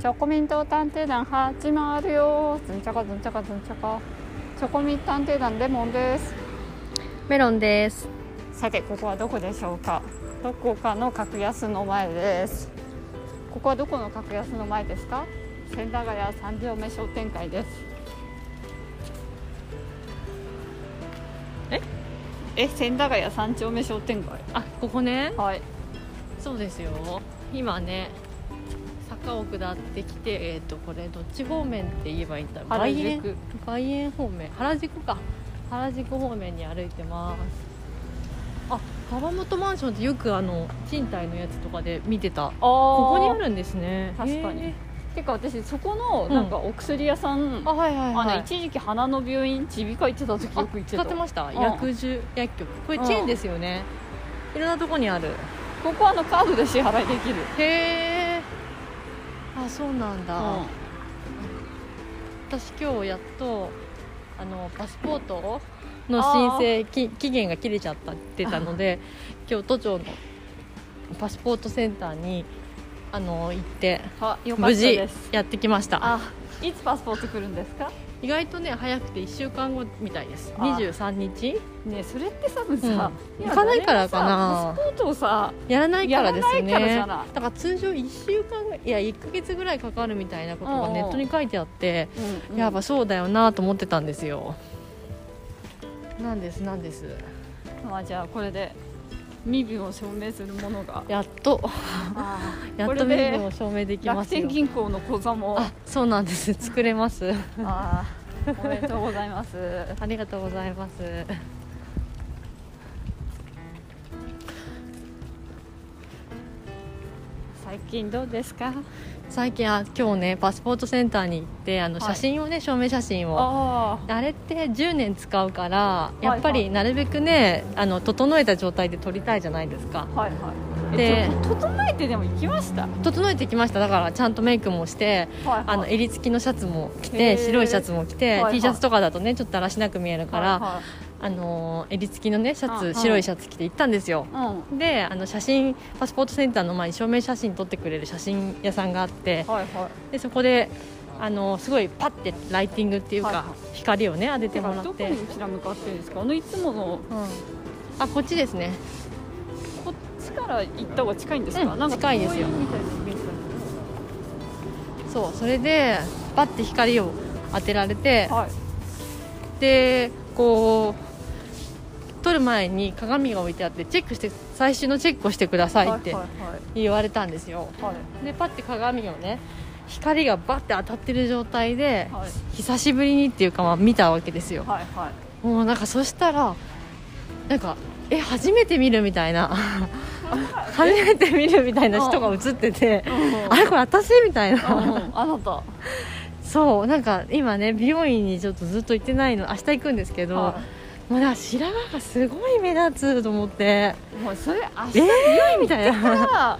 チョコミント探偵団始まるよずんちゃかずんちゃかずんちゃかチョコミント探偵団レモンですメロンです。さてここはどこでしょうかどこかの格安の前ですここはどこの格安の前ですか千駄ヶ谷三条目商店街ですええ千駄ヶ谷三丁目商店街あ、ここね。はいそうですよ。今ね、坂を下ってきて、えっ、とこれどっち方面って言えばいいんだ。原外苑宿外苑方面、原宿か。原宿方面に歩いてます。あ、川本マンションってよくあの賃貸のやつとかで見てた。こここにあるんですね。確かにへてか私そこのなんかお薬屋さん、ー。あ、はいはいあはのい。一時期花の病院耳鼻科行ってた時よく行って使たってました。ん薬樹薬局。これチェーンですよね。いろんなとこにある。ここはあのカードで支払いできる、へえあそうなんだ、うん私今日やっとあのパスポートの申請き期限が切れちゃったってたので今日都庁のパスポートセンターにあの行ってあよかった無事ですやってきましたあいつパスポート来るんですか意外とね早くて1週間後みたいですあ23日ねえそれって多分さ、うんや行かないからか誰もさパなスポートをさやらないからですねやらないからじゃないだから通常1週間ぐらいいや1ヶ月ぐらいかかるみたいなことがネットに書いてあって、うんうんやっぱそうだよなと思ってたんですよ。なんですなんです。まあじゃあこれで身分を証明するものがやっとやっことれ身で分を証明できま楽すよ天。銀行の口座もあ、そうなんです。作れます。あーおめでとうございますありがとうございます。最近どうですか最近あ今日ねパスポートセンターに行ってあのはい写真をね、証明写真を。ああれって10年使うからいはいやっぱりなるべくね、あの整えた状態で撮りたいじゃないですかあはいはいでえちょっと整えてでも行きました整えてきましただからちゃんとメイクもしてはいはいあの襟付きのシャツも着へーて白いシャツも着て、はいはい T シャツとかだとねちょっとだらしなく見えるから、はあのー襟付きのねシャツ、うんうん白いシャツ着て行ったんですよいはいうんであの写真パスポートセンターの前に証明写真撮ってくれる写真屋さんがあってはいはいでそこであのーすごいパッてライティングっていうか、はいは光をね当ててもらどこって、にうん、こちら向かってるんですかあのいつものあこっちですねこっちから行った方が近いんですか、うんなんか近いですよ公園みたいなイメージだそうそれでパッて光を当てられて、けどはいでこう撮る前に鏡が置いてあってチェックして最終のチェックをしてくださいってはい言われたんですよはいはいでパッて鏡をね光がバッて当たってる状態で、はい久しぶりにっていうかまあ見たわけですよはいはいもうなんかそしたらなんかえ初めて見るみたいな 初めて見るみたいな人が映っててあれこれ私みたいうんなうんあなたそうなんか今ね美容院にちょっとずっと行ってないの明日行くんですけど、はもうなんか白髪がすごい目立つと思っていもうそれ明え日ー行っ、みたいなたら行っ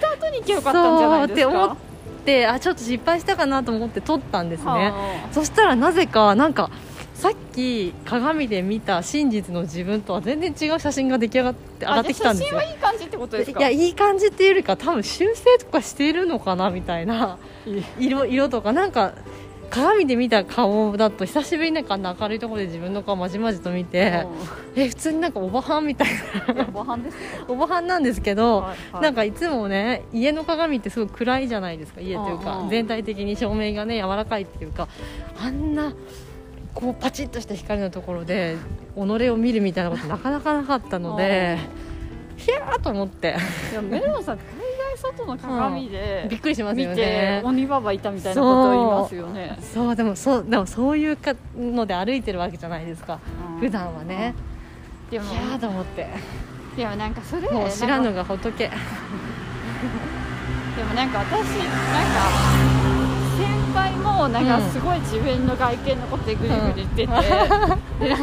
た後に行けばよかったんじゃないですかそうって思ってあちょっと失敗したかなと思って撮ったんですね、はそしたらなぜかなんかさっき鏡で見た真実の自分とは全然違う写真が出来上がって上あがってきたんですよあじゃあ写真はいい感じってことですかいやいい感じっていうよりか多分修正とかしているのかなみたいな色色とかなんか鏡で見た顔だと久しぶりになんかあんな明るいところで自分の顔まじまじと見てえ普通になんかおばはんみたいうんいやご飯ですねなおばはんなんですけど、はいはいなんかいつもね家の鏡ってすごい暗いじゃないですか家といううんうかん全体的に照明がね柔らかいっていうかあんなこうパチッとした光のところで己を見るみたいなことなかなかなかったのでひゃーと思っていやメロンさん海外外の鏡でびっくりします見よてね鬼ババいたみたいなことを言いますよねそうでもそうでもそういうかので歩いてるわけじゃないですかうん普段はねでいもやーと思ってでもなんかそれもう知ならんぬかが仏でもなんか私なんか先輩もなんかすごい自分の外見のことでグリグリ言ってて、でなん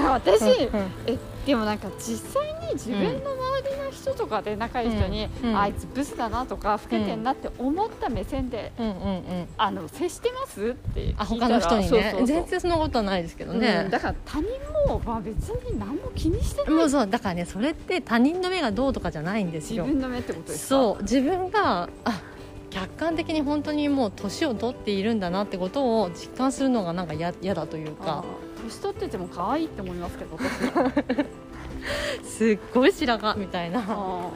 か私、うんうんえでもなんか実際に自分の周りの人とかで仲いい人に、うんうんあいつブスだなとか老けてんなって思った目線で、うんうんうんあの接してますって聞いたらあ他の人にねそうそうそう全然そんなことはないですけどねね、だから他人も、まあ、別に何も気にしてないもうそうだからねそれって他人の目がどうとかじゃないんです自よ分の目ってことですかそう自分があ客観的に本当にもう年を取っているんだなってことを実感するのがなんかや嫌だというあかー年取ってても可愛いって思いますけど私すっごい白髪みたいなは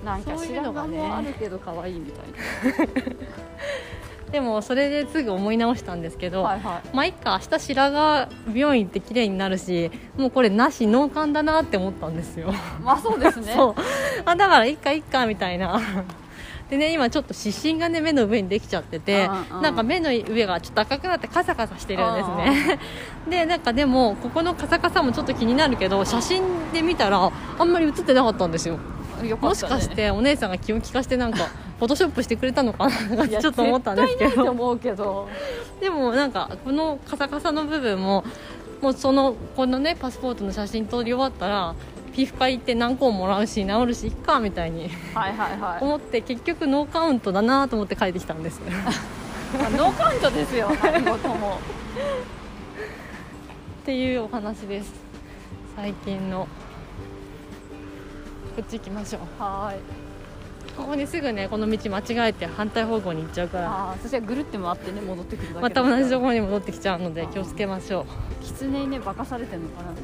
うんなんかそういう白のが髪ねもあるけど可愛いみたいでもそれですぐ思い直したんですけなど、はいはまあいっか明日白髪病院って綺麗になるしもうこれなし脳幹だなって思ったんですよいまあそうですねそうあだからいっかいっかみたいなでね今ちょっと湿疹がね目の上にできちゃっててうんうんなんか目の上がちょっと赤くなってカサカサしてるんですね でなんかでもここのカサカサもちょっと気になるけど写真で見たらあんまり写ってなかったんですよよかもっしたねかしてお姉さんが気を利かしてな んかフォトショップしてくれたのかなっいてやちょっと思ったんですけ絶対ないとど思うけどでもなんかこのカサカサの部分ももうそのこのねパスポートの写真撮り終わったら皮膚科行って何個ももらうし治るしいっかみたいにはいはい はい思って結局ノーカウントだなと思って帰ってきたんですっまあノーカウントですよ何事もていうお話です最近のこっち行きましょうはーいここにすぐねこの道間違えて反対方向に行っちゃうからあーそしてぐるって回ってね戻ってくるだけまた同じところろに戻ってきちゃうので気をつけましょう狐にね化かされてるのかなって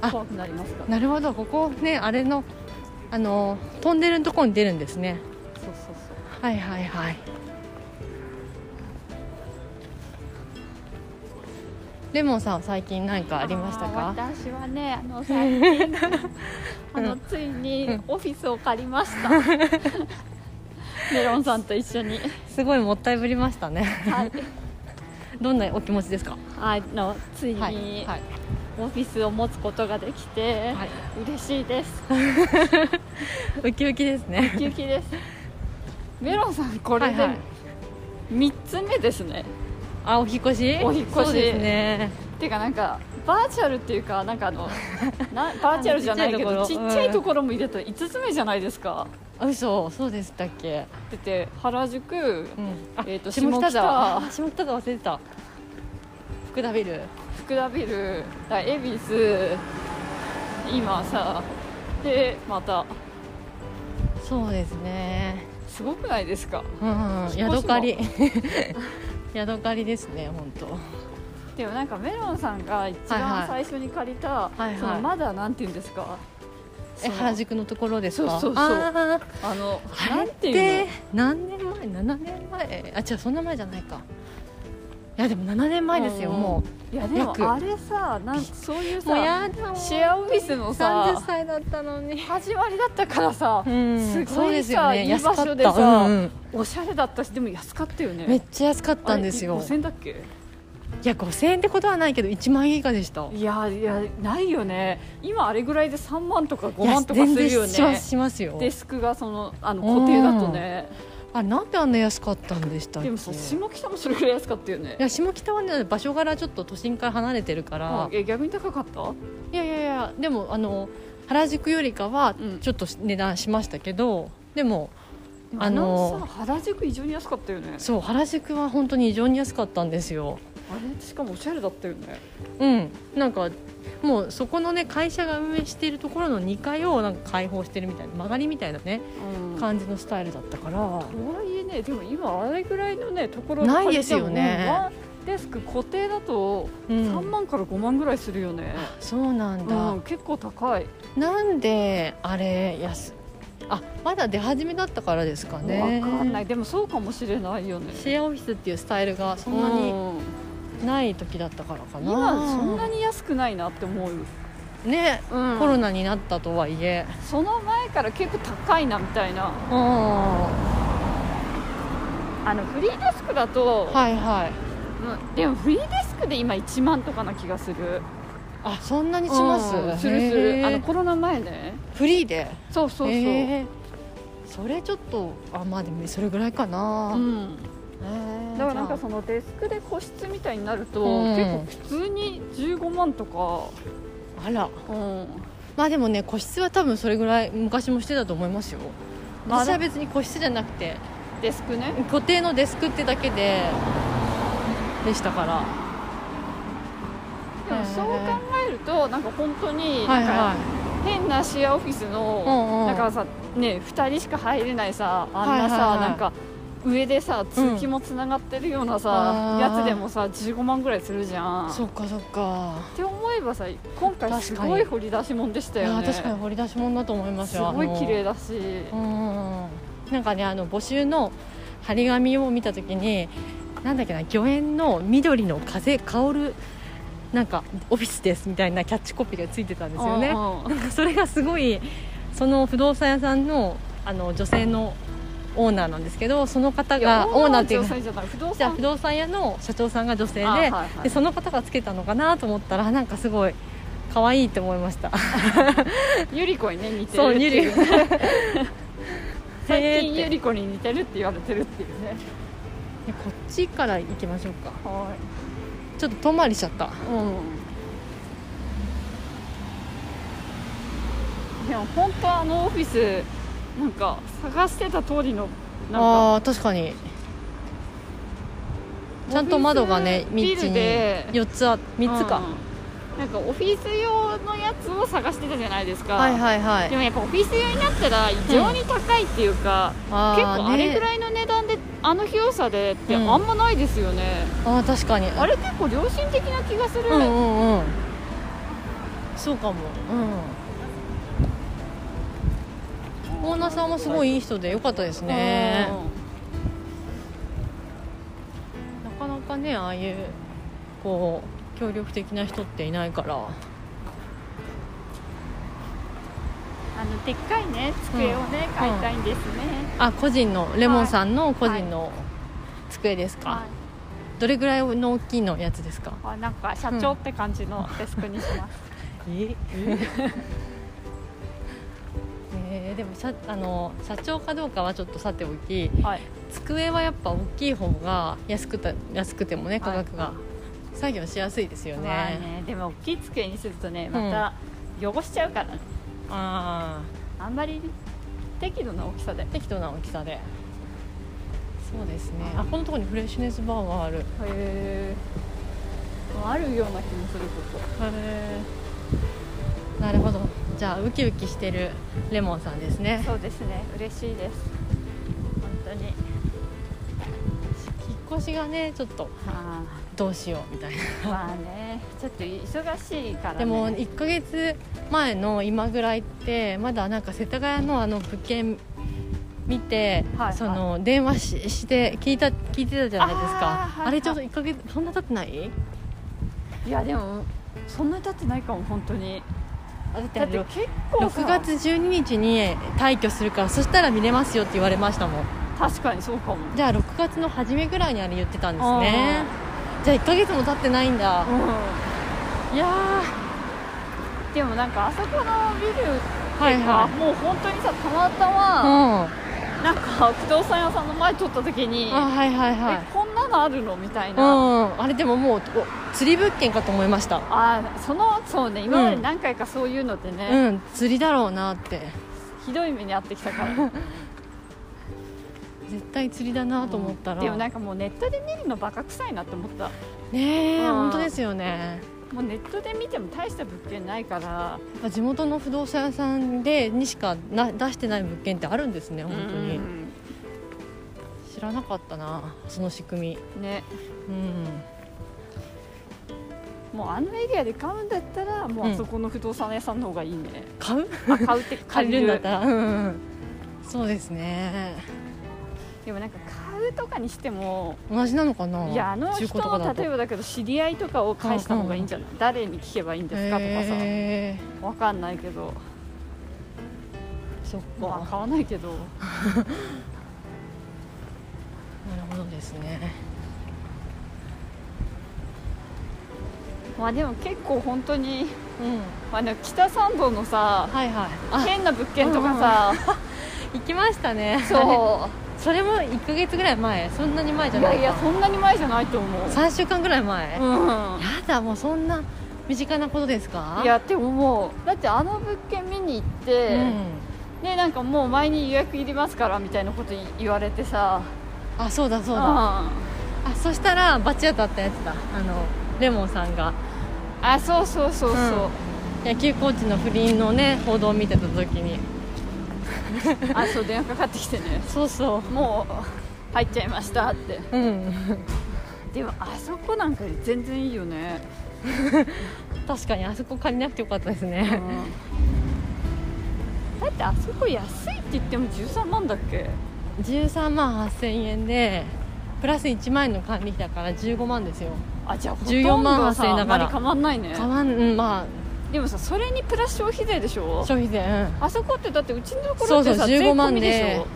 あ怖くなりますからなるほどここねあれのあのトンネルのところに出るんですねそうそうそうはいはいはいレモンさんは最近何かありましたあかー私はねあ の最近あうのんついにオフィスを借りました メロンさんと一緒にすごいもったいぶりましたねはいどんなお気持ちですか。あのついにはい。オフィスを持つことができて、はい嬉しいですウキウキですね。ウキウキ ですメロンさんこれはでいはい3つ目ですね、あ、お引越し。お引越しそうですね。っていうかなんかバーチャルっていうかなんかあ のなバーチャルじゃないけどちちっっちちゃゃいところいところも入れたら5つ目じゃないですか、あ、嘘、そうでしたっけ。だって原宿うん。あえーとあ 下北沢忘れてた。福田ビル。福田ビルだ恵比寿今さでまたそうですね。すごくないですかうん、引っ越しも宿 借り。宿借りですね、本当。でもなんかメロンさんが一はいは番最い初に借りた、いはいそのまだなんて言うんですかえ、その原宿のところですか。そうそうそうあーあのあなれんっていうて何年前7年前あ違うそんな前じゃないかいやでも7年前ですようんのもいやでも約あれさなんそういううもうさやだシェアオフィスのさ三十歳だったのに。始まりだったからさ、うん、すそうごでいすよさ、ねいい安か場った所でさ、うんうんおしゃれだったしでも安かったよねめっちゃ安かったんですよあれ5000だっけいや5000円ってことはないけど1万円以下でしたいやいやないよね今あれぐらいで3万とか5いや万とかするよ全然しまねすしますよデスクがそのあの固定だとねあなんであんな安かったんでしたっけでもそう下北もそれぐらい安かったよねいや下北はね場所柄ちょっと都心から離れてるからあえ逆に高かったいやいやいやでもあの原宿よりかはうんちょっと値段しましたけど、でもああののさ原宿異常に安かったよねそう原宿は本当に異常に安かったんですよあれしかもおしゃれだったよねうん、なんかもうそこのね会社が運営しているところの2階をなんか開放してるみたいな曲がりみたいなねうんと感じのスタイルだったから、はいえねでも今あれぐらいのねところないですよね借りてもワンデスク固定だとうん3万から5万ぐらいするよね、そうなんだ、うん、結構高い、なんであれ安あまだ出始めだったからですかね、ね分かんないでもそうかもしれないよねシェアオフィスっていうスタイルがそんなにない時だったからかうんな今そんなに安くないなって思う、ねうんコロナになったとはいえその前から結構高いなみたいなうんはあのフリーデスクだと、いはいうんでもフリーデスクで今1万とかな気がするあそんなにします、うんするすへるーあのコロナ前ねフリーでそうそうそう、へえそれちょっとあまあでもそれぐらいかな、うん、だからなんかそそのデスクで個室みたいになると、うん結構普通に15万とか、あらうん、まあでもね個室は多分それぐらい昔もしてたと思いますよまあ私は別に個室じゃなくてデスクね固定のデスクってだけででしたからでもそう考えるとなんか本当にはないんかは変なシェアオフィスの、うんうんなんかさね2人しか入れないさあんなさ、はいはいはいなんか上でさ通気もつながってるようなさ、あーやつでもさ15万ぐらいするじゃんそっかそっかって思えばさ今回すごい掘り出し物でしたあよーね確かに掘り出し物だと思いますすよごい綺麗だだしうんなんかねあの募集の張り紙を見た時になんだっけな魚園の緑の風香るなんかオフィスですみたいなキャッチコピーがついてたんですよねうんうんなんかそれがすごいその不動産屋さんのあの女性のオーナーなんですけどその方いやがオーナーっていう女か性じゃない不動じゃあ産不動産屋の社長さんが女性で,、あはいはいでその方がつけたのかなと思ったらなんかすごい可愛いと思いましたゆり子にね似てるそうってゆりいう 最近へーゆってり子に似てるって言われてるっていうねでこっちから行きましょうかはちょっと遠回りしちゃったいでも本当あのオフィスなんか探してた通りのなんかあー確かにちゃんと窓がね道ビにルで4つあ3つか、うんなんかオフィス用のやつを探してたじゃないですか、はいはいはいでもやっぱオフィス用になったら異常に高いっていうか、あー結構あれねぐらいの値段であの広さでってあうんんまないですよね、あー確かにあれ結構良心的な気がする、うんうんうんそうかもうんオーナーさんもすごいいい人で良かったですねなかなかねああいうこう協力的な人っていないからうんあのでっかいね机をね、ん買いたいんですね、あ個人のレモンさんの個人の机ですか、はいどれぐらいの大きいのやつですかあなんか社長って感じのデスクにします、ええーでも社あの社長かどうかはちょっとさておき はい机はやっぱ大きい方が安くた安くてもね価格が、は作業しやすいですよね,、まあねでも大きい机にするとねまた汚しちゃうからね、ああんまり適度な大きさであ適当な大きさでそうですねあこのところにフレッシュネスバーがあるへへーあるような気もするこえなるほどじゃあウキウキしてるレモンさんですこねそうですね嬉しいです本当に引っ越しがねちょっとあどうしようみたいなーまあねちょっと忙しいから、ね、でも1ヶ月前の今ぐらいってまだなんか世田谷のあの物件見て、はいその電話しして聞いた聞いてたじゃないですかあーあ,、はいれちょうど1ヶ月そんな経ってないいやでもそんなに経ってないかも本当にあだってだって6結構さ月12日に退去するからそしたら見れますよって言われましたもん確かにそうかもじゃあ6月の初めぐらいにあれ言ってたんですねじゃあ1ヶ月も経ってないんだいやうんでもなんかあそこのビルーはいがはもう本当にさたまたいうんまあなんか不動産屋さんの前撮った時に、はいはいはいえこんなのあるのみたいうな、んあれでももうお釣り物件かと思いましたあーそのそうね今まで何回かそういうのでね、うん釣りだろうなってひどい目に遭ってきた から絶対釣りだなと思ったら、でもなんかもうネットで見るのバカ臭いなって思ったねえ、うん本当ですよねもうネットで見ても大した物件ないからやっぱ地元の不動産屋さんでにしかな出してない物件ってあるんですね本当に、うん知らなかったなその仕組みねうんもうあのエリアで買うんだったらもうあそこの不動産屋さんの方がいい ね、買うあ買うって借借りりるんるだったらうんうんそうですねでもなんか買うとかにしても同じなのかないやあの中人古とかのだと例えばだけど知り合いとかを返した方がいいんじゃない、誰に聞けばいいんですかとかさ、へえわかんないけどそっか、まあ買わないけどなるほどですねまあでも結構本当に、うんまあ、でも北参道のさはいはいあ変な物件とかさ、行きましたねそ それも1か月ぐらい前そんなに前じうゃいなやいいやかそんなに前じゃないと思う、 3週間ぐらい前、やうだもうそんな身近なことですかん、いやって思うだってあの物件見に行っうて、んねなんかもう前に予約いりますからみたいなこと言われてさあそうだそううだ、んあそしたらバチ当たったやつだあのレモンさんがあそうそうそうそう、野球コーチの不倫のね報道を見てた時にあそう電話かかってきてねそうそうもう入っちゃいましたってうん、でもあそこなんかより全然いいよね、確かにあそこ借りなくてよかったですうんね、だってあそこ安いって言っても13万だっけ13万8000円でプラス1万円の管理費だから15万ですよあじゃあほとん14ど万は8000さ円あだんまからり変わんないねかわんうんまでもさそれにプラス消費税でしあょ消費税うんあそこってだってうちのところってそうそさう税15込万みででしょ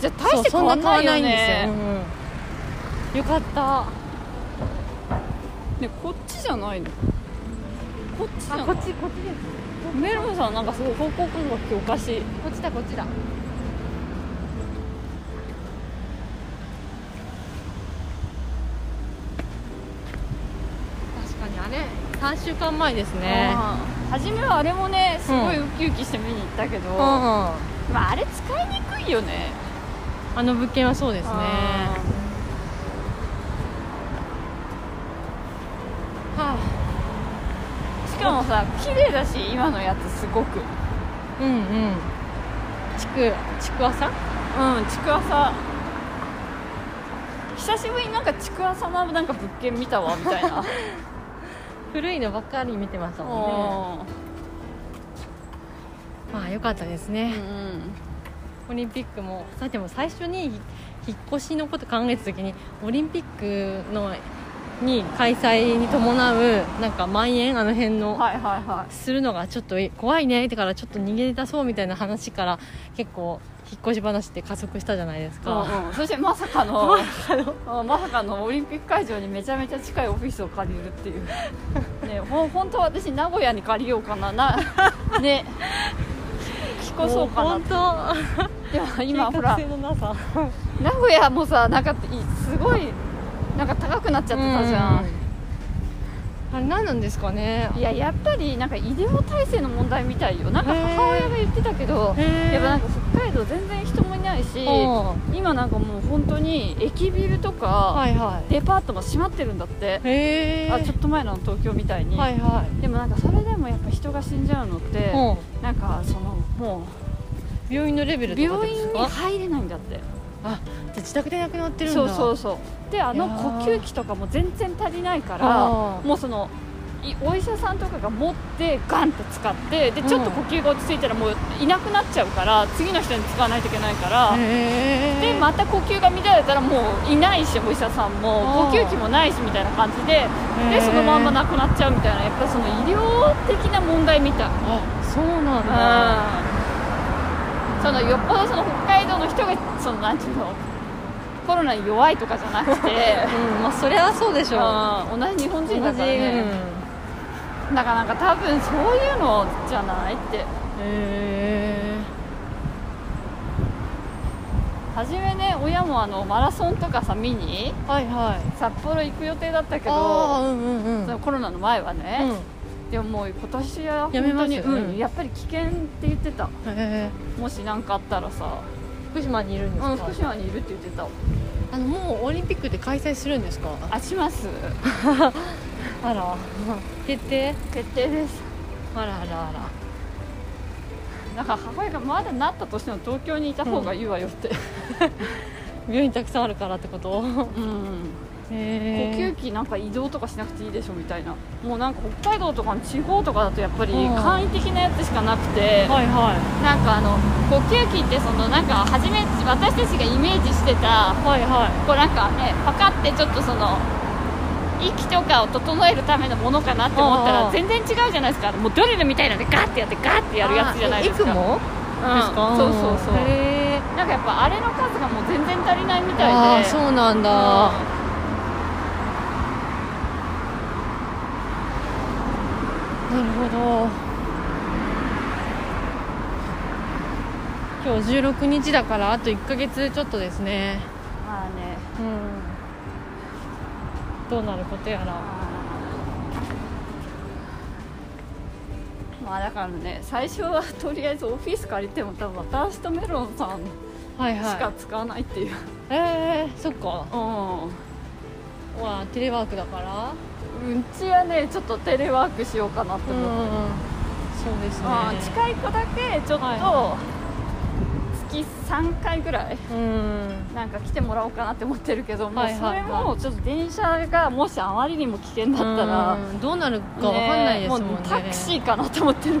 じゃあ大して変わんないよそうそんな変わらないんねですよ、うん、よかったねこっちじゃないのこっちじゃあないこっちこっちですメロンさんなんかそう報告がっておかしいこっちだこっちだ確かにあれ3週間前ですねうん初めはあれもねすごいウキウキして見に行ったけど、うんまああ、あれ使いにくいよねの物件はそうですねはあうんしかもさ綺麗だし今のやつすごくうんうんうんちくちくわさんちくわさ久しぶりになんかちくわさのなんか物件見たわみたいな古いのばっかり見てましたもんねうまあよかったですね、んうんオリンピックもさでも最初に引っ越しのこと考えた時にオリンピックのに開催に伴うなんか蔓延あの辺の、はいはいはするのがちょっと怖いねだからちょっと逃げ出そうみたいな話から結構引っ越し話って加速したじゃないですか、い、うんうん、そしてまさかのまさかのうんまさかのオリンピック会場にめちゃめちゃ近いオフィスを借りるって いうねほん本当は私名古屋に借りようかな なね引っ越そうかなもう本でも当 今ほら計画性のなさ名古屋もさなんかいすごいなんか高くなっちゃってたじゃん、あれ何なんですかねいややっぱりなんか医療体制の問題みたいよなんか母親が言ってたけどへーやっぱなんか北海道全然人もいないしうん今なんかもう本当に駅ビルとか、はいはデパートも閉まってるんだっていへえあちょっと前の東京みたいに、はいはでもなんかそれでもやっぱ人が死んじゃうのって、い、うんなんかそのも病院のレベルうとか病です院にか入れないんだってあじゃあ自宅で亡くなってるんだそうそううそうであのいや呼ー吸器とかも全然足りないからあもうそのいお医者さんとかが持ってガンって使ってでうんちょっと呼吸が落ち着いたらもういなくなっちゃうから次の人に使わないといけないからあへえでまた呼吸が乱れたらもういないしお医者さんもあー呼吸器もないしみたいな感じででそのまんまな亡くなっちゃうみたいなやっぱその医療的な問題みたいあそうなんだうんそのよっぽどその北海道の人がそのなんていうのコロナに弱いとかじゃなくてうんまあそりゃ そうでしょううん同じ日本同じ人だからうんねだからなんか多分そういうのじゃないってへ初めね親もあのマラソンとかさ見にえはいはい札幌行く予定だったけああどうんうんうんそのコロナの前はね、うでももう今年は本当やにめますう、うんんやっぱり危険って言ってたんへえもし何かあったらさ、福島にいるんですうん、か福島にいるって言ってたあのもうオリンピックで開催するんですかあしますあら 決定決定ですあらあらあらなんか母親がまだなったとしても東京にいた方がいいわよって、病院たくさんあるからってこと うん呼へ吸器なんか移動とかしなくていいでしょみたいなもうなんか北海道とかの地方とかだとやっぱりうん簡易的なやつしかなくて、はいはなんかあの呼吸器ってそのなんか初め私たちがイメージしてたいはいはこうなんかねパカってちょっとその息とかを整えるためのものかなって思ったあらー全然違うじゃないですかもうドリルみたいなんでガーってやってガーっていやるやつじゃないですかあえ ECMO うんですか、そうそうそうへえなんかやっぱあれの数がもう全然足りないみたいでああそうなんだ、なるほど今日16日だからあと1ヶ月ちょっとですねまあねうんどうなることやらまあだからね最初はとりあえずオフィス借りても多分私とメロンさんしはいはいか使わないっていう、えー、そっかうんうわテレワークだからうちはねちょっとテレワークしようかなってうん思って、そうですねまあ近い子だけちょっとは月月3回ぐらいうんなんか来てもらおうかなって思ってるけどもうはいそはいはれいもちょっと電車がもしあまりにも危険だったら、うんどうなるかわかんないですもんねもうタクシーかなと思ってるへえ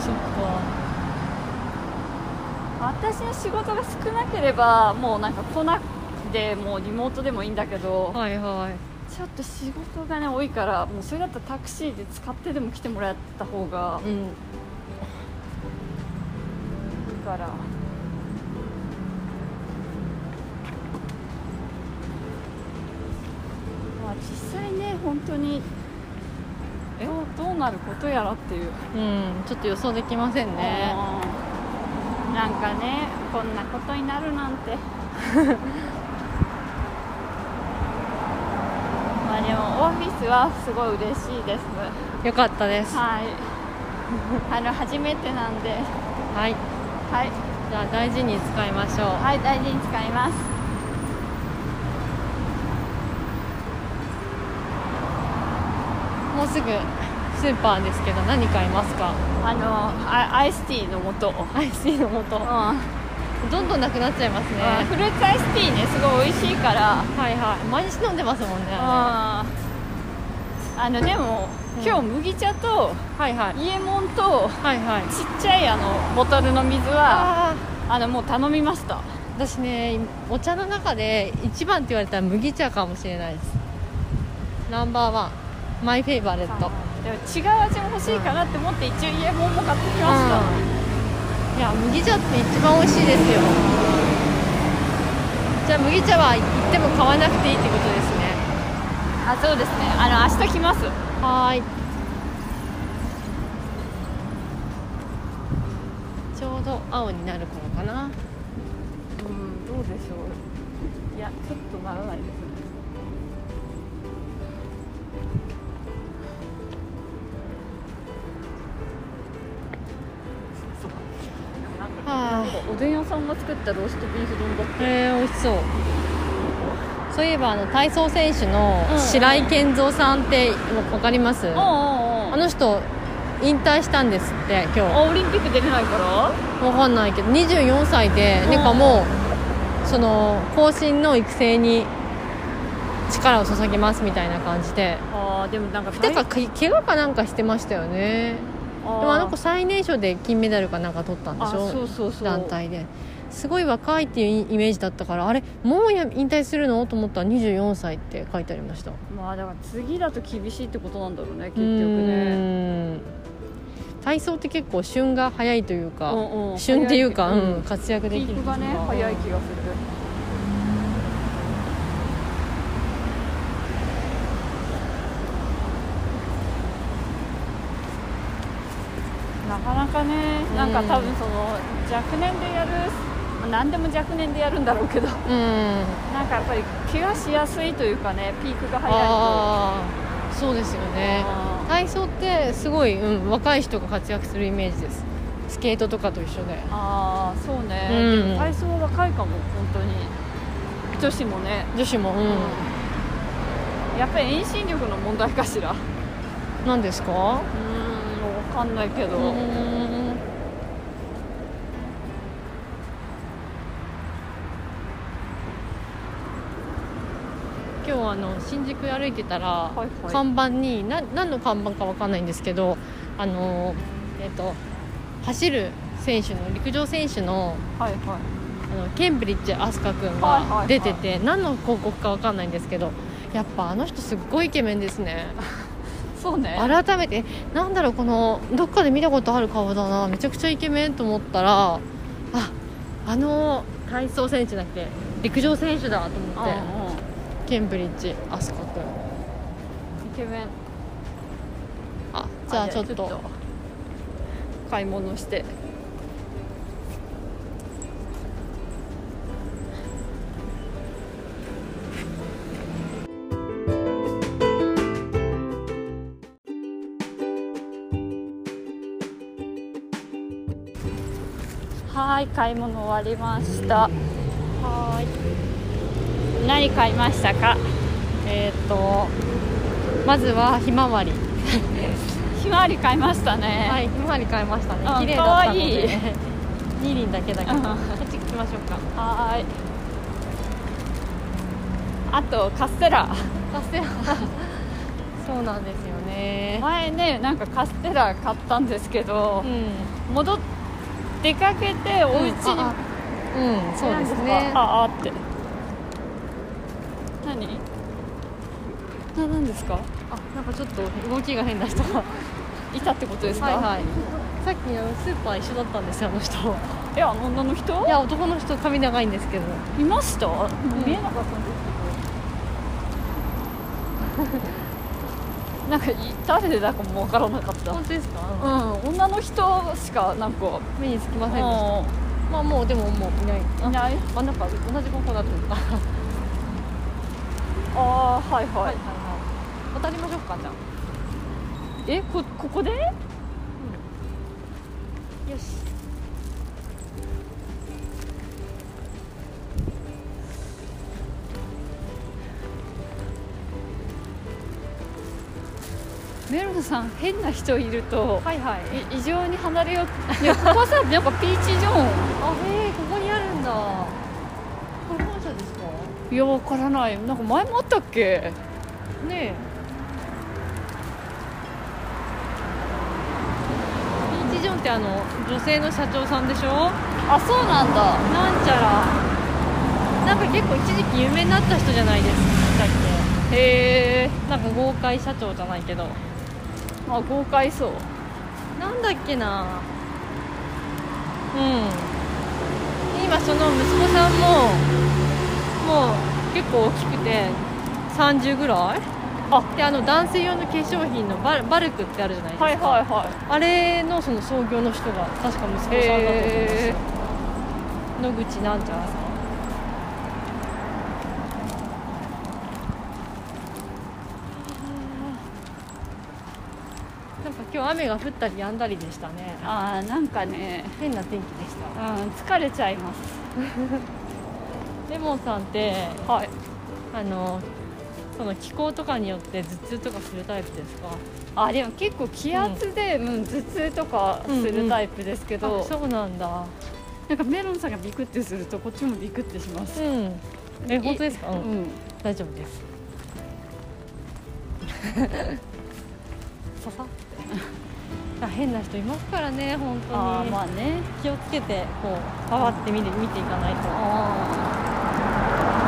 そっか私の仕事が少なければもうなんか来なくてもうリモートでもいいんだけど、はいはいちょっと仕事がね多いからもうそれだったらタクシーで使ってでも来てもらった方がうんいいから、まあ実際ね本当にどうどうなることやらっていううんちょっと予想できませんねうんなんかねこんなことになるなんて まあでもオフィスはすごい嬉しいですよかったですははいあの初めてなんでいはい、じゃあ大事に使いましょうはい、大事に使いますもうすぐスーパーですけど何買いますかあのあアイスティーの素うん、アイスティーの素どんどんなくなっちゃいますねあフルーツアイスティーねすごい美味しいからはいはい毎日飲んでますもんねあああのでもうん今日麦茶とれはいはい伊右衛門とはいはいちっちゃいあのボトルの水はあああのもう頼みました私ねお茶の中で一番って言われたら麦茶かもしれないですナンバーワンマイフェイバレでッもト違う味も欲しいかなって思って一応家もも買ってきました、うんいや麦茶って一番美味しいですよじゃあ麦茶は行っても買わなくていいってことですねあそうですねあの明日来ますはーいちょうど青になる頃かなうんどうでしょういやちょっとならないですねはおでん屋さんが作ったローストビーフ丼だっあへえ美味しそうそういえばあの体操選手の白井健三さんって分かります、ああの人引退したんですって今日あオリンピック出れないからわかんないけど24歳でうんてかもうその後進の育成に力を注ぎますみたいな感じでああでもなんかてかけ怪我かなんかしてましたよねでもあの子最年少で金メダルかなんか取ったんであしそうょそうそう団体ですごい若いっていうイイメージだったからあれもうや引退するのと思ったら24歳って書いてありましたまあだから次だと厳しいってことなんだろうね結う局ねーん体操って結構旬が早いといううかんん旬っていうか、早うん活躍ピできるークがね時早い気がするなかなかねなんか多分その若年でやるまあ何でも若年でやるんだろうけどうんなんかやっぱり怪我しやすいというかねピークが早いとああそうですよねあー体操ってすごい、うん、若い人が活躍するイメージですスケートとかと一緒でああそうね、うんでも体操は若いかも本当に女子もね女子も、うやっぱり遠心力の問題かしらうーん、なんですかんわかんないけど、うーん今日あの新宿歩いてたら、はい看板にな何の看板かわかんないんですけどあのえっ、と走る選手の陸上選手のはいはいあのケンブリッジ飛鳥君はいはいはがい出てて、何の広告かわかんないんですけどやっぱあの人すっごいイケメンですねそうね改めてなんだろうこのどっかで見たことある顔だなめちゃくちゃイケメンと思ったらああの体操選手じゃなくて陸上選手だと思ってうんうんケンブリッジ飛鳥君イケメンあじゃあちょっじゃと買い物してはい買い物終わりましたは何買いましたかえっ、とまずはひまわりひまわり買いましたね、はい、ひまわり買いましたねあ。綺麗だったかわので。いい 二輪だけだけうど。んこっち行きましょうか。はーいあとカステラカステラ。 そうなんですよね。前ねなんかカステラ買ったんですけどう、ん。戻っ出かけてお家に、うんああうん、そうですねなんか。ああって何な何ですかあ、なんかちょっと動きが変な人が。はいたってことですか、はい。さっきあのスーパー一緒だったんですよ、あの人。いい、や女の人や、男の人髪長いんですけど。いました、見えなかったんですけどなんかい誰だかもわからなかった本当ですうか。ん女の人しかなんか目につきませんでしもた。まあ、もう、でも、もういない。ういないあ、なんか同じ方向だったのか。ああーはいはい、い。渡りましょうか、じゃあ。えこここでよし。メロンさん変な人いると、はいはい。い異常に離れよういやここさなんかピーチジョンあ、へえ、ここにあるんだ。これ本社ですか。いやわからないなんか前もあったっけねえ。ピーチジョンってあの女性の社長さんでしょあそうなんだなんちゃらなんか結構一時期有名になった人じゃないですかだっへえけなんか豪快社長じゃないけどまあ豪快そうなんだっけなうん今その息子さんももう結構大きくて30ぐらいあであの男性用の化粧品のバルバルクってあるじゃないですか、はいはいはいあれのその創業の人が確か息子さんだったと思うんですへよ野口なんちゃらさんなんか今日雨が降ったり止んだりでしたねーあーなんかね変な天気でしうん疲れちゃいますたレモンさんってはいあのその気候とかによって頭痛とかするタイプですかあでも結構気圧で、うん、頭痛とかすうんうるんタイプですけど、あそうなんだなんかメロンさんがビクってするとこっちもビクってしますうんえ本当ですか、ううん、ん大丈夫ですささ ってあ変な人いますからね本当にあーまあね気をつけてこうパワって見て見ていかないとあ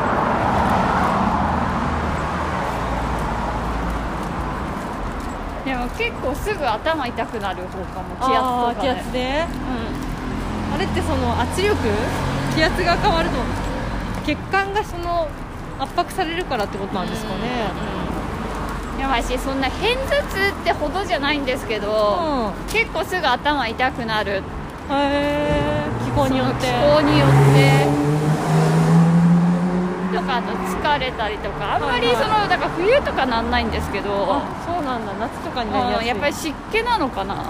ーでも結構すぐ頭痛くなる方かも気あ圧とかー気ね圧であれってその圧力気圧が変わると血管がその圧迫されるからってことなんですかねうん、やばいしそんな偏頭痛ってほどじゃないんですけうど、ん結構すぐ頭痛くなるへえ気候によってその気候によってとかあと疲れたりとかあんまりはいそはいの、だから冬とかなんないんですけど、あそうなんだ夏とかになりやうすんいやっぱり湿気なのかなあーあ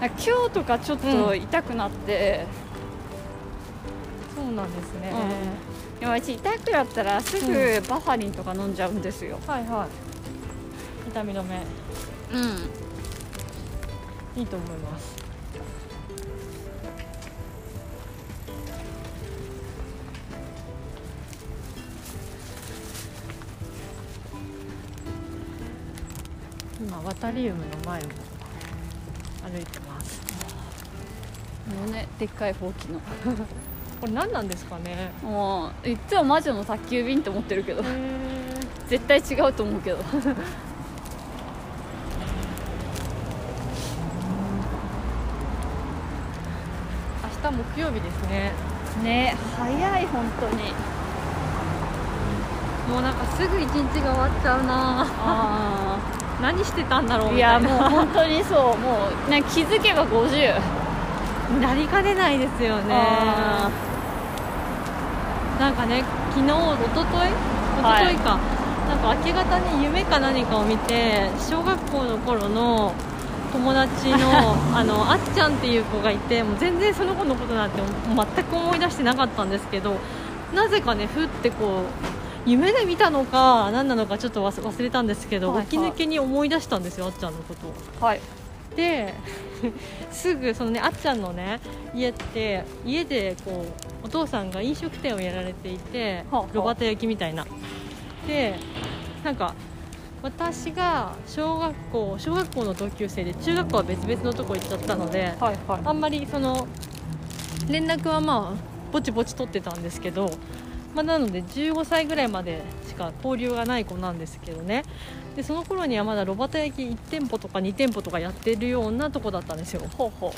ーあーなんか今日とかちょっとう痛くなって、そうなんですね、でもうち痛くなったらすぐうバファリンとか飲んじゃうんですよ、はいはい痛み止めうん、いいと思います今ワタリウムの前を歩いてますねでっかいほうきのこれ何なんですかねもういっつも魔女の宅急便って思ってるけど絶対違うと思うけど明日木曜日ですねね早い本当にもうなんかすぐ一日が終わっちゃうなあ何してたんだろう あいみたやいもうな本当にそうもうなんか気づけば50なりかねないですよねあなんかね昨日おとといおとはいといか、なんか明け方に夢か何かを見て小学校の頃の友達 のあのあっちゃんっていう子がいてもう全然その子のことなんて全く思い出してなかったんですけどなぜかねふってこう夢で見たのか何なのかちょっと忘忘れたんですけど、はいはい起き抜けに思い出したんですよあっちゃんのことをはいで すぐそのねあっちゃんのね家って家でこうお父さんが飲食店をやられていてはあはあ炉端焼きみたいなでなんか私が小学校小学校の同級生で中学校は別々のとこ行っちゃったのではいはいあんまりその連絡はまあぼちぼち取ってたんですけど、まあ、なので15歳ぐらいまでしか交流がない子なんですけどねでその頃にはまだ炉端焼き1店舗とか2店舗とかやってるようなとこだったんですよほうほ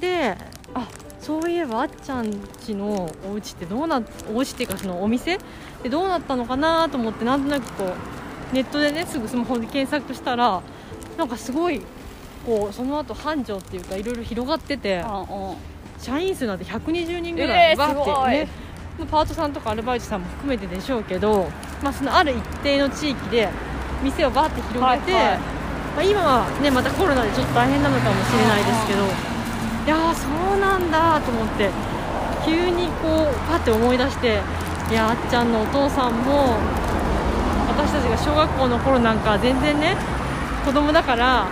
であそういえばあっちゃん家のお家ってどうなお家っていうかそのお店ってどうなったのかなと思ってなんとなくこうネットでねすぐスマホで検索したらなんかすごいこうその後繁盛っていうかいろいろ広がっててうあうん社員数なんて120人ぐらいえーすごいねまあパートさんとかアルバイトさんも含めてでしょうけど、まあ、そのある一定の地域で店をバーって広げて、はいはいまあ、今は、ね、またコロナでちょっと大変なのかもしれないですけどいやーそうなんだと思って急にこうパッて思い出していやーあっちゃんのお父さんも私たちが小学校の頃なんか全然ね子供だから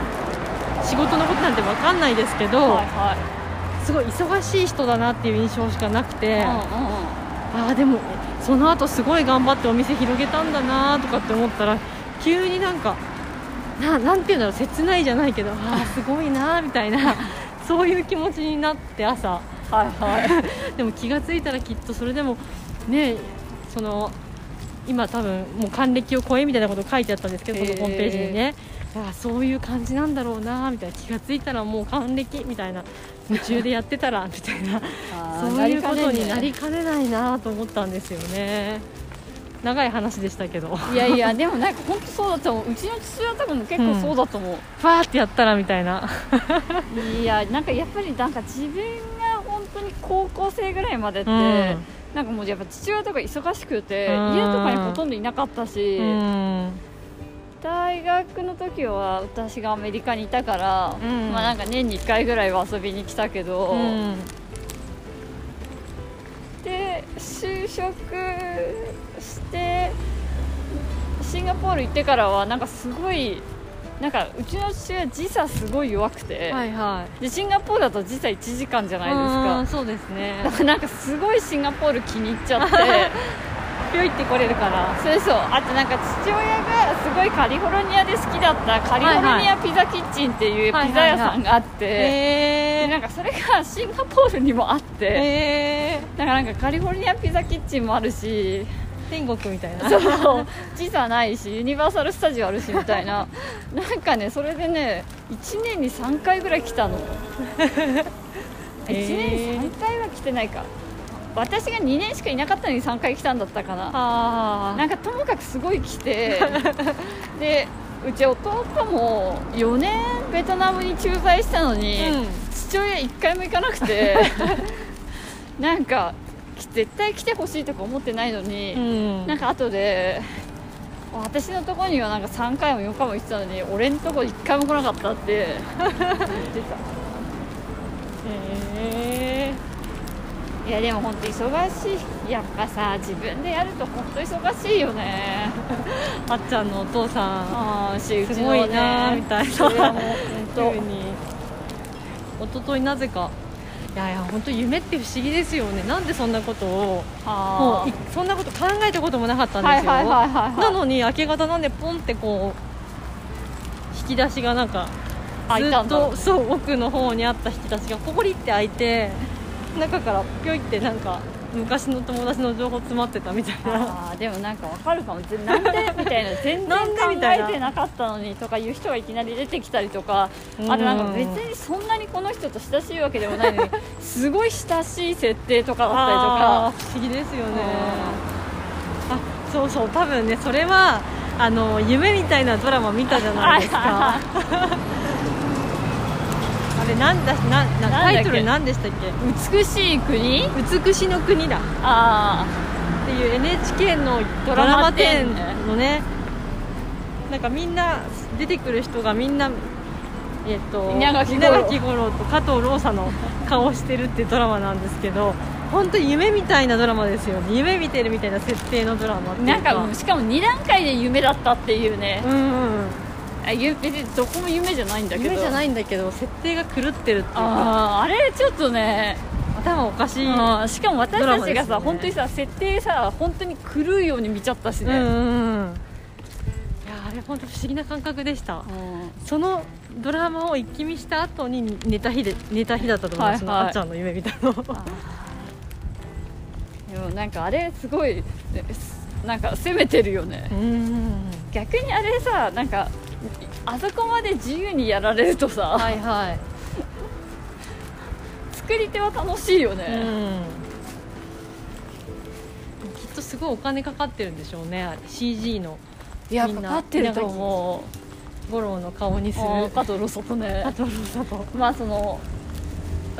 仕事のことなんて分かんないですけど。はいはすごい忙しい人だなっていう印象しかなくて、いああでもその後すごい頑張ってお店広げたんだなとかって思ったら急になんかななんていうんだろう切ないじゃないけどああすごいなみたいなそういう気持ちになって朝はいはいでも気がついたらきっとそれでもねその今多分もう還暦を超えみたいなこと書いてあったんですけどへこーのホームページにねああそういう感じなんだろうなみたいな気がついたらもう還暦みたいな夢中でやってたらみたいなあそーういうことになりかかねないなと思ったんですよね。長い話でしたけど、わねいやいやでもなんか本当そうだと思ううちの父親とかも結構そうだと思う、ーってやったらみたいな。いやなんかやっぱりなんか自分が本当に高校生ぐらいまでって、うんなんかもうやっぱ父親とか忙しくて、うん家とかにほとんどいなかったし、うん大学の時は私がアメリカにいたから、うんまあなんか年に1回ぐらいは遊びに来たけど、うんで就職してシンガポール行ってからはなんかすごいなんかうちの父親時差すごい弱くて、はいはい。でシンガポールだと時差1時間じゃないですか。うんそうですねだ。からなんかすごいシンガポール気に入っち ゃってぴょいってこれるから。そうそうあとなんか父親がすごいカリフォルニアで好きだったカリフォルニアピザキッチンっていうピはいはいザ屋さんがあって、でえなんかそれがシンガポールにもあって、ー、えだからなんかカリフォルニアピザキッチンもあるし ー、天国みたいな。そう時差ないしユニバーサル・スタジオあるしみたい ななんかねそれでね1年に3回ぐらい来た の1年に3回は来てないか私が2年しかいなかったのに3回来たんだったかなあなんかともかくすごい来て でうち弟も4年ベトナムに駐在したのに、うん父親1回も行かなく てなんかき絶対来てほしいとか思ってないのに、うん。なんか後で私のところにはなんか3回も4回も行ってたのに俺のところ1回も来なかったって言ってた。えいやでも本当忙しいやっぱさ自分でやると本当忙しいよねー、あっちゃんのお父さん。ああしうちの、ね、すごいなみたいなそれはもう急本に。一昨日なぜか。いやいや本当夢って不思議ですよね。なんでそんなことを。当もはういそんなこと考えたこともなかったあんではいはいはいすよ、はいはいなのに明け方なんでポンってこう引き出しがなんか開ずいたっんだとそう奥の方にあった引き出しがポコリって開いて中からぴょいってなんか昔の友達の情報詰まってたみたいなあーでもなんかわかるかもぜなんでみたいな全然な考んでみたいなえてなかったのにとかいう人がいきなり出てきたりとかあうとんなんか別にそんなにこの人と親しいわけでもないのにすごい親しい設定とかだったりとかあー不思議ですよねうあそうそう多分ねそれはあの夢みたいなドラマ見たじゃないですかあ れなんだななだっタけイトル何でしたっけ美しい国美しの国だっあていう NHK のドラマ10のねなんかみんな出てくる人がみんなえっと稲垣吾郎稲垣吾郎と加藤ローサの顔をしてるってドラマなんですけど本当に夢みたいなドラマですよね夢見てるみたいな設定のドラマっていうなんかもうしかも2段階で夢だったっていうねう、んうんあゆ別にどこも夢じゃないんだけど夢じゃないいんだけど設定が狂ってるっていうかあーあれちょっとね頭おかしい、あーしかも私ドラたマちでがすよさ、ね本当にさ設定さ本当に狂うように見ちゃったしうんうね、んうんいやあれ本当不思議な感覚でしたうんそのドラマを一気見した後に寝た日で寝た日だったと思います、はいはいあっちゃんの夢見たのでもなんかあれすごいねすなんか攻めてるよね う、ん逆にあれさなんかあそこまで自由にやられるとさ、はいはい作り手は楽しいよね、うんきっとすごいお金かかってるんでしょうねあれ CG のいやみんかなかってると思五郎の顔にすうるあー加藤ロソとねあとロサとまあその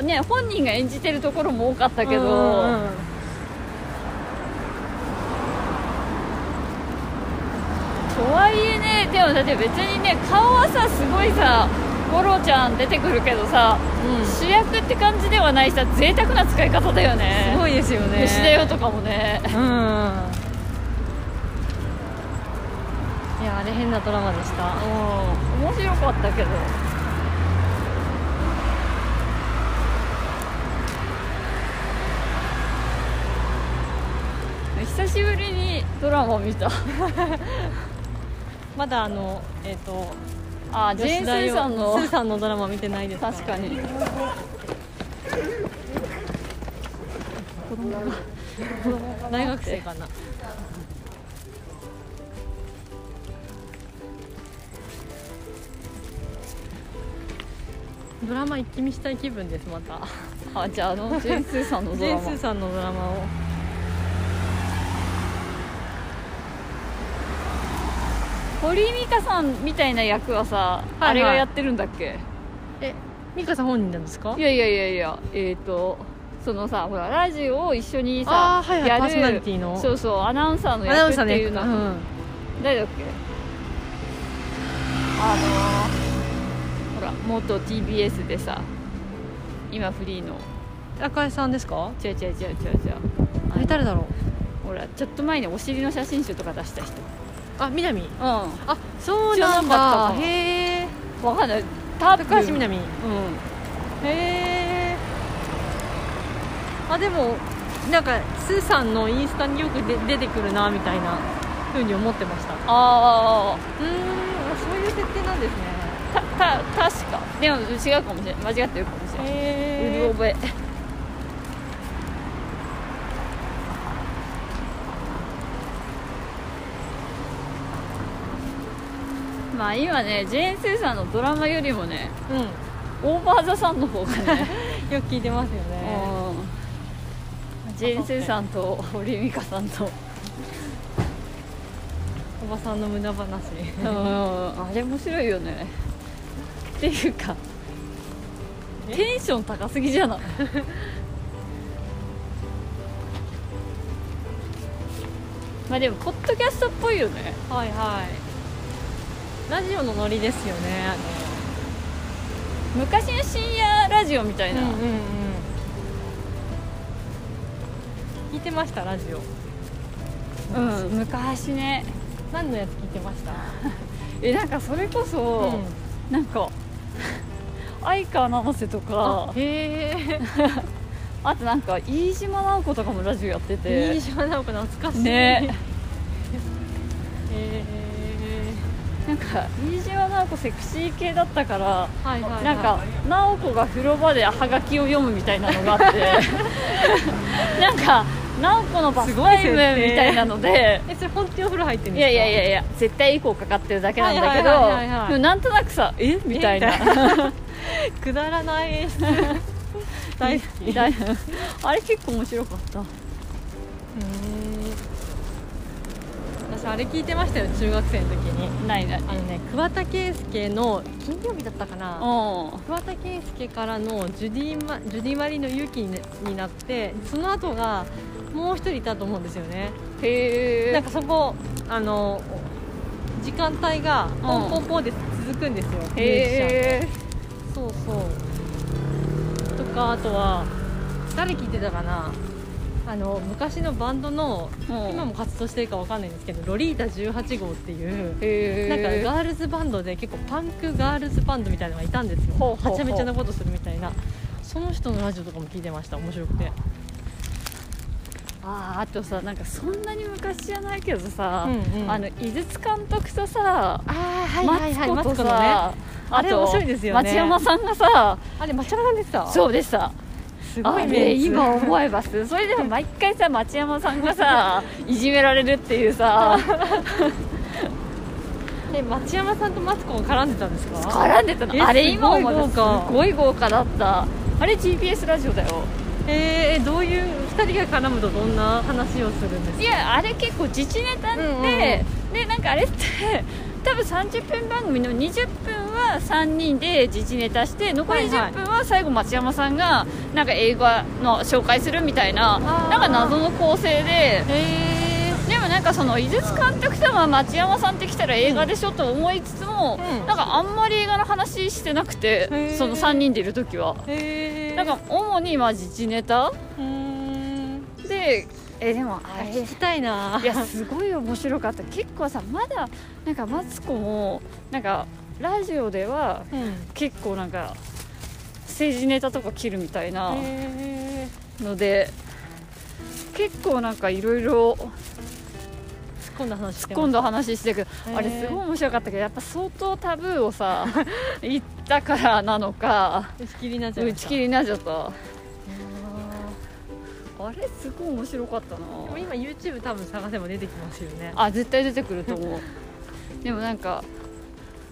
ね本人が演じてるところも多かったけど、うんうんとはいえねでもだって別にね顔はさすごいさ五郎ちゃん出てくるけどさ、主役って感じではないしさ贅沢な使い方だよねすごいですよね吉田よとかもねうんいやあれ変なドラマでしたうん面白かったけど久しぶりにドラマ見たまだあのえっ、と あジェーン・スーさんのスーさんのドラマ見てないです確かに大学生かなドラマ一気見したい気分ですまたあじゃああ のジェーン・スーさんのジドェランスマーさんのドラマを堀井美香さんみたいな役はさ、はいあれがやってるんだっけえ美香さん本人なんですかいやいやいやいやえっ、とそのさほらラジオを一緒にあさ、ーはいはいやるパーソナリティのそうそうアナウンサーのアナウ役ンってサーのいう役のか、うん、誰だっけあのー、ほら元 TBS でさ今フリーの赤井さんですか違う違う違う違う違うあれ誰だろうほらちょっと前にお尻の写真集とか出した人あ南うあそう知らななんかだったかもへえんわかんない多分高橋みなみへうんえあでもなんかスーさんのインスタによくで出てくるなみたいなふうに思ってましたああうーんそういう設定なんですねたた確かでも違うかもしれない間違ってるかもしれない、うるへ覚えまあ今ねジェーン・スーさんのドラマよりもねえうんオーバー・ザ・さんの方がね、よく聞いてますよね うんジェーン・スーさんと堀井美香さんとおばさんの無駄話あれ面白いよねっていうかえテンション高すぎ じゃないまあでもポッドキャストっぽいよね はいはいラジオのノリですよねあ昔の深夜ラジオみたいれな、うんうん聞いてましたラジオうん昔ね何のやつ聞いてましたえなんかそれこそ、なんか 相川七瀬とかあへあとなんか飯島直子とかもラジオやってえて飯島直子懐かしいね えなんか飯島直子セクシー系だったからはいはい、はい、なんか直子が風呂場でハガキを読むみたいなのがあって なんか直子のバスタイムみたいなのでえそれ本当にお風呂入ってるんいですやかいやいやいや絶対以降かかってるだけなんだけはいはいはいはいはどいでもなんとなくさえみたいなえ くだらない 演出大好きみたいなあれ結構面白かった私あれ聞いてましたよ中学生の時にないないあのね桑田佳祐の金曜日だったかうなん桑田佳祐からのジュディマジュディマリの勇気に,、になってその後がもう一人いたと思うんですよねへえなんかそこあの時間帯がポンポンポンで続くんですよ、ミュージシャンへえそうそうとかあとは誰聞いてたかなあの昔のバンドの今今も活動してるかわかんないんですけど「ロリータ18号」っていうなんかへえガールズバンドで結構パンクガールズバンドみたいなのがいたんですよほうほうほうはちゃめちゃなことするみたいなその人のラジオとかも聞いてました面白くてあーあとさなんかそんなに昔じゃないけどさ、うんうんあの井筒監督とさああはママツツココとのねさあれと面白いですよね町山さんがさあれ町山さんでしたそうでしたすごあいれね今思えばすそれでも毎回さ町山さんが さいじめられるっていうさえ町山さんとマツコが絡んでたんですか絡んでたえのあれ今思えばすごい豪華すごい豪華だったあれ TBS ラジオだよえー、どういう2人が絡むとどんな話をするんですいかやあれ結構自治ネタで、うんうんうんでなんかあれって 多分30分番組の20分は3人で自治ネタして残りはいはい10分は最後町山さんがなんか映画の紹介するみたいなあーなんか謎の構成でえでもなんかその井筒監督とは町山さんって来たら映画でしょと思いつつも、うんなんかあんまり映画の話してなくて、ーその3人でいる時はー、えー、なんか主にまあ自治ネタうーんでえでもああれ聞きたいないやすごい面白かった結構さまだなんかマツコもなんかラジオではうん結構なんか政治ネタとか切るみたいなえので結構なんかいろいろー、突っ込んだ話し突って込んだだ話してるけへどーあれすごい面白かったけどやっぱ相当タブーをさ言ったからなのか打ち切りになっちゃい打ましちた切りになっちゃったあれすごい面白かったなでも今 YouTube 多分探せば出てきますよねあ絶対出てくると思う でもなんか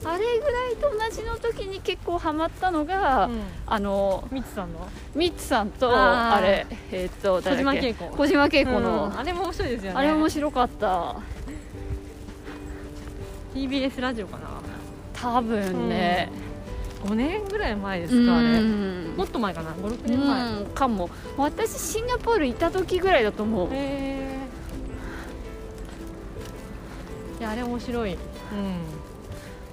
あれぐらいと同じの時に結構ハマったのが、うんあのみつさんのミッツさんとああーれえーっと小誰だ島っけ恵子小島恵子の、うんあれも面白いですよねあれ面白かった、 TBS ラジオかな多分ね、 5年ぐらい前でうすかあれんもっと前かな56う年前んかも私シンガポールいた時ぐらいだと思うへえいやあれ面白いうん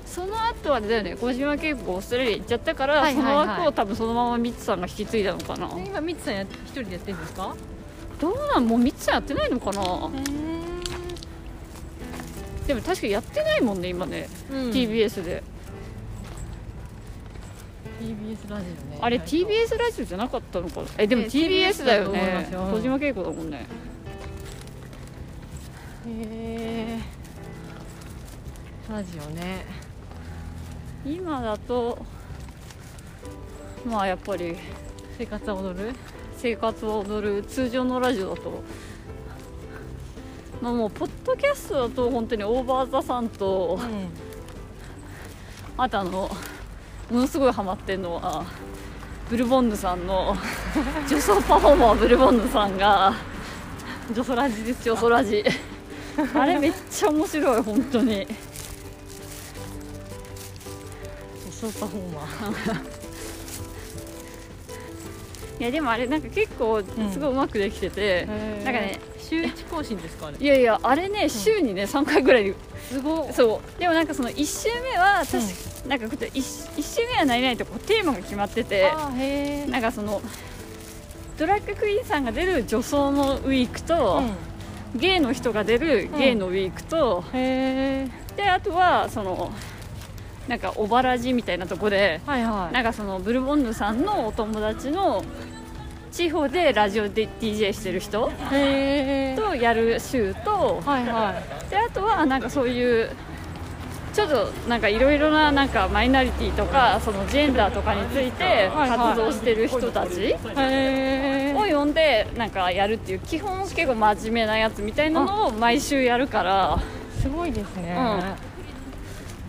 その後あれだよね小島恵子がオーストラリア行っちゃったから、はいはいはそいの枠を多分そのままミッツさんが引き継いだのかなで今みつさんや一人でやってるんですかどうなんもうミッツさんやってないのかな、でも確かやってないもんね今ね、うん TBS で TBS ラジオねあれ意外と TBS ラジオじゃなかったのかなえでもね TBS だよだねと思いますよ小島恵子だもんねへーラジオね今だとまあやっぱり生活は踊る生活を踊る通常のラジオだとまあもうポッドキャストだと本当にオーバーザさんとあとあのものすごいハマってるのはブルボンヌさん の女装パフォーマーブルボンヌさんが女装ラジですジョソラジ あれめっちゃ面白い本当に女装パフォーマーいやでもあれなんか結構んすごいうまくできてて、なんなんかね週一更新ですかあれいやいやあれね週にね3回ぐらいすごそうでもなんかその1週目は確か、なんかこうやって 1, 週目は何々とこうテーマが決まっててあーへえなんかそのドラッグクイーンさんが出る女装のウィークと、ゲイの人が出るゲイのウィークと、へえであとはそのなんかおばらじみたいなとこではいはなんかそのブルボンヌさんのお友達の地方でラジオで DJ してる人いへえとやる週とはいはいであとはなんかそういうちょっとなんかいろいろななんかマイナリティとかそのジェンダーとかについてはいはい活動してる人たちへを呼んでなんかやるっていう基本結構真面目なやつみたいなのを毎週やるからすごいですね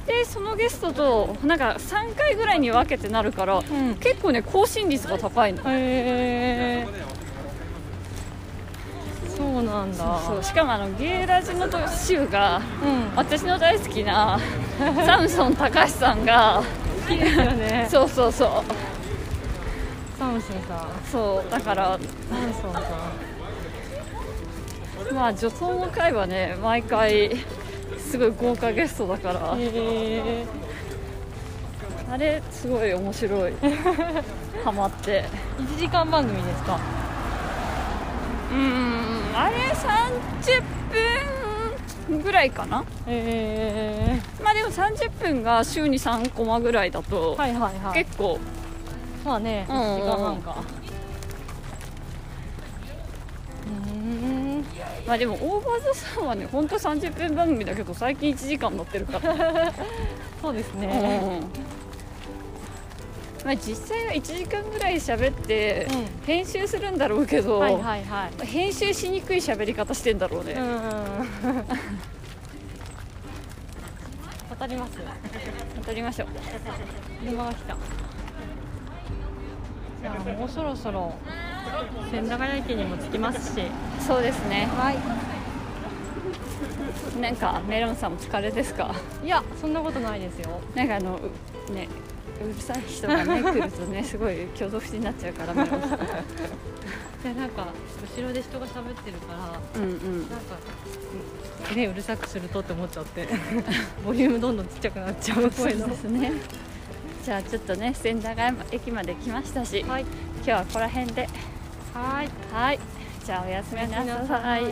でそのゲストとなんか3回ぐらいに分けてなるからうん結構ね更新率が高いの。へえそうなんだそうしかもあのゲイラジの週がうん私の大好きなサムソン高橋さんが好きですよねそうそうそサムソンさんうそうだからサムソンさんまあ女装の会はね毎回すごい豪華ゲストだからへえあれすごい面白いハマって1時間番組ですかうんあれ30分ぐらいかなえまあでも30分が週に3コマぐらいだと、はいはいはい結構まあねうん1時間半かうんまあでもオーバーザさんはねほんと30分番組だけど最近1時間乗ってるから、そうですねうんまあ実際は1時間ぐらい喋ってう編集するんだろうけど、はいはいはい編集しにくい喋り方してんだろうね、うん 当たります撮りましょう車が来たじゃあもうそろそろ千駄ヶ谷駅にも着きますしそうですねはなんかメロンさんも疲れですかいいやそんなことないですよなんかあのうねうるさい人が ね来るとねすごい挙動不審になっちゃうからメロンさんでなんか後ろで人が喋ってるからなうんんうんかねうるさくするとって思っちゃって ボリュームどんどんちっちゃくなっちゃうそう声のですねじゃあちょっとね千駄ヶ谷駅まで来ましたし、 はい今日はここら辺ではいはいじゃあおやすみなおやすみなささいい